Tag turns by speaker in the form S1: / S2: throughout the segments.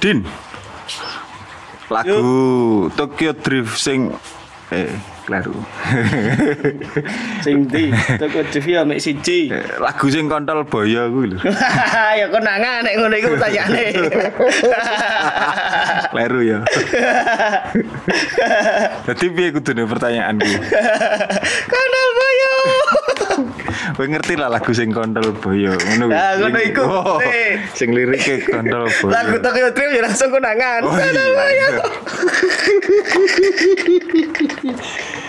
S1: Din. Lagu Tokyo Drift sing eh kleru.
S2: Sing ndi? Toko Devia mek siji.
S1: Eh, Lagu sing kontol boyo kuwi lho. Iya.
S2: ya kok nangan nek ngono iku pertanyaane.
S1: Kleru ya. Dadi piye kudune pertanyaanku?
S2: Kanal
S1: Oh, iya.
S2: boyo.
S1: Kowe ngerti lah lagu sing kontol boyo ngono kuwi.
S2: Nah, Ah, ngono iku.
S1: Oh,
S2: Eh.
S1: Sing lirike kontol boyo.
S2: Lagu Tokyo Drift ya langsung ku nangan.
S1: Oh, iya.
S2: Kanal boyo.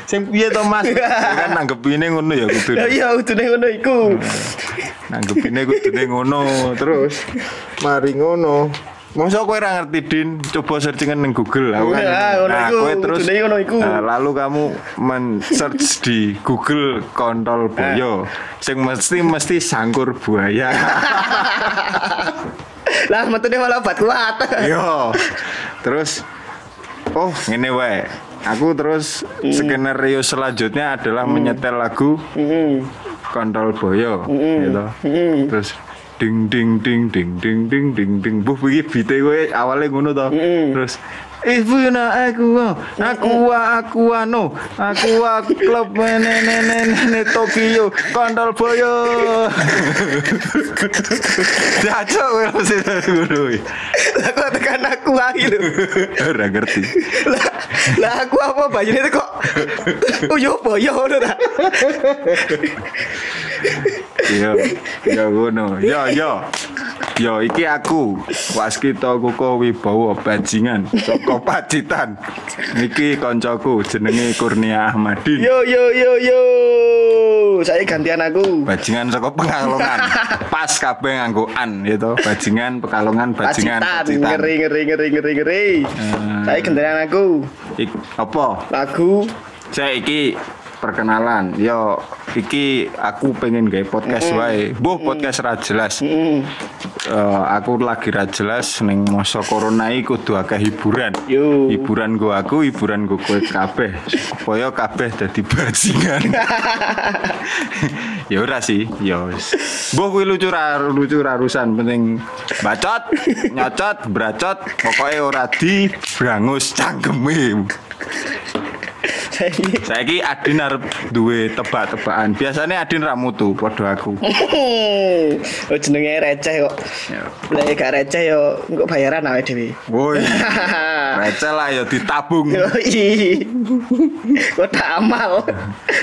S1: Sing piye to Mas? kan nanggepine ngono ya
S2: Lah
S1: kudune.
S2: iya udune ngono iku.
S1: Nanggepine kudune ngono terus.
S3: mari ngono
S1: Masa kowe ora ngerti Din, coba searchingan ning Google lah kan.
S2: Iya, ngono iku,
S1: kowe terus
S2: kudune ngono iku.
S1: nah, lalu kamu men search di Google kontol
S2: Eh.
S1: boyo. Sing mesti mesti sangkur buaya.
S2: Lah metune malah obat kuat.
S1: Yo. Terus oh, ngene wae. Aku terus skenario selanjutnya adalah menyetel lagu
S2: Hmm.
S1: kontol boyo gitu. Terus ding ding ding ding ding ding ding ding buh iki bite kowe awale ngono to. Terus Ibu na aku oh, wa, aku wa aku anu, aku wa klub menenenene Tokyo, kontol boyo. Jaco kowe mesti ngono. iki.
S2: Lah kok tekan aku lagi lho.
S1: Ora ngerti.
S2: Lah lah aku apa banyune itu kok Oh, uyuh boyo Iya, ngono ta.
S1: Yo, yo ngono. Yo yo. Yo iki aku Waskito Kuko Wibowo bajingan saka Pacitan. Niki koncoku jenenge Kurnia Ahmadin.
S2: Yo yo yo yo. Saya gantian aku.
S1: Bajingan saka Pekalongan. Pas kabeh nganggo an gitu. Bajingan Pekalongan bajingan
S2: Pacitan ngeri ngeri ngeri ngeri ngeri.
S1: Hmm.
S2: Saya gantian aku.
S1: Ik, apa?
S2: Lagu
S1: Saya iki perkenalan. Yo iki aku pengen gawe podcast wae. Boh podcast ra jelas.
S2: Hmm.
S1: Eh, aku lagi ra jelas ning masa corona iki kudu akeh hiburan.
S2: Yo.
S1: Hiburan go aku, hiburan go kowe kabeh. Supaya kabeh dadi bajingan. ya ora sih, ya wis. Mbah kuwi lucu ra lucu ra urusan penting bacot, nyocot, bracot, pokoke ora di brangus cangkeme.
S2: Saya ini.
S1: Saiki Adin arep duwe tebak-tebakan. Biasanya Adin ra mutu padha aku.
S2: Oh jenenge receh kok.
S1: Ya.
S2: Lah gak receh yo engko bayaran awake dhewe.
S1: Woi. Receh lah ya ditabung.
S2: Yoi. Kok tak amal.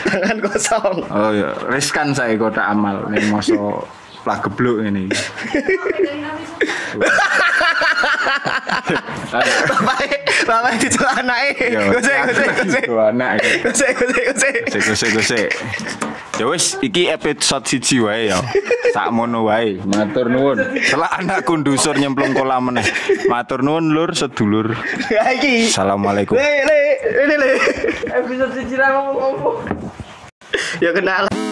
S2: Tangan kosong.
S1: Oh ya, riskan saya kota amal ning masa plah gebluk ini.
S2: Bapak, bapak dicelak anake. Gosek, gosek, gosek.
S1: Dua Ya, gitu, anak. iki.
S2: Gosek, gosek, gosek.
S1: Gosek, gosek, gosek. Ya wis, iki episode siji wae ya. Sakmono wae. Matur nuwun. Selak anakku ndusur nyemplung kolam meneh. Matur nuwun lur sedulur.
S2: Ya, Iki.
S1: Assalamualaikum.
S2: Le, le, le, le.
S4: Episode siji ra ngomong opo?
S2: Ya kenal.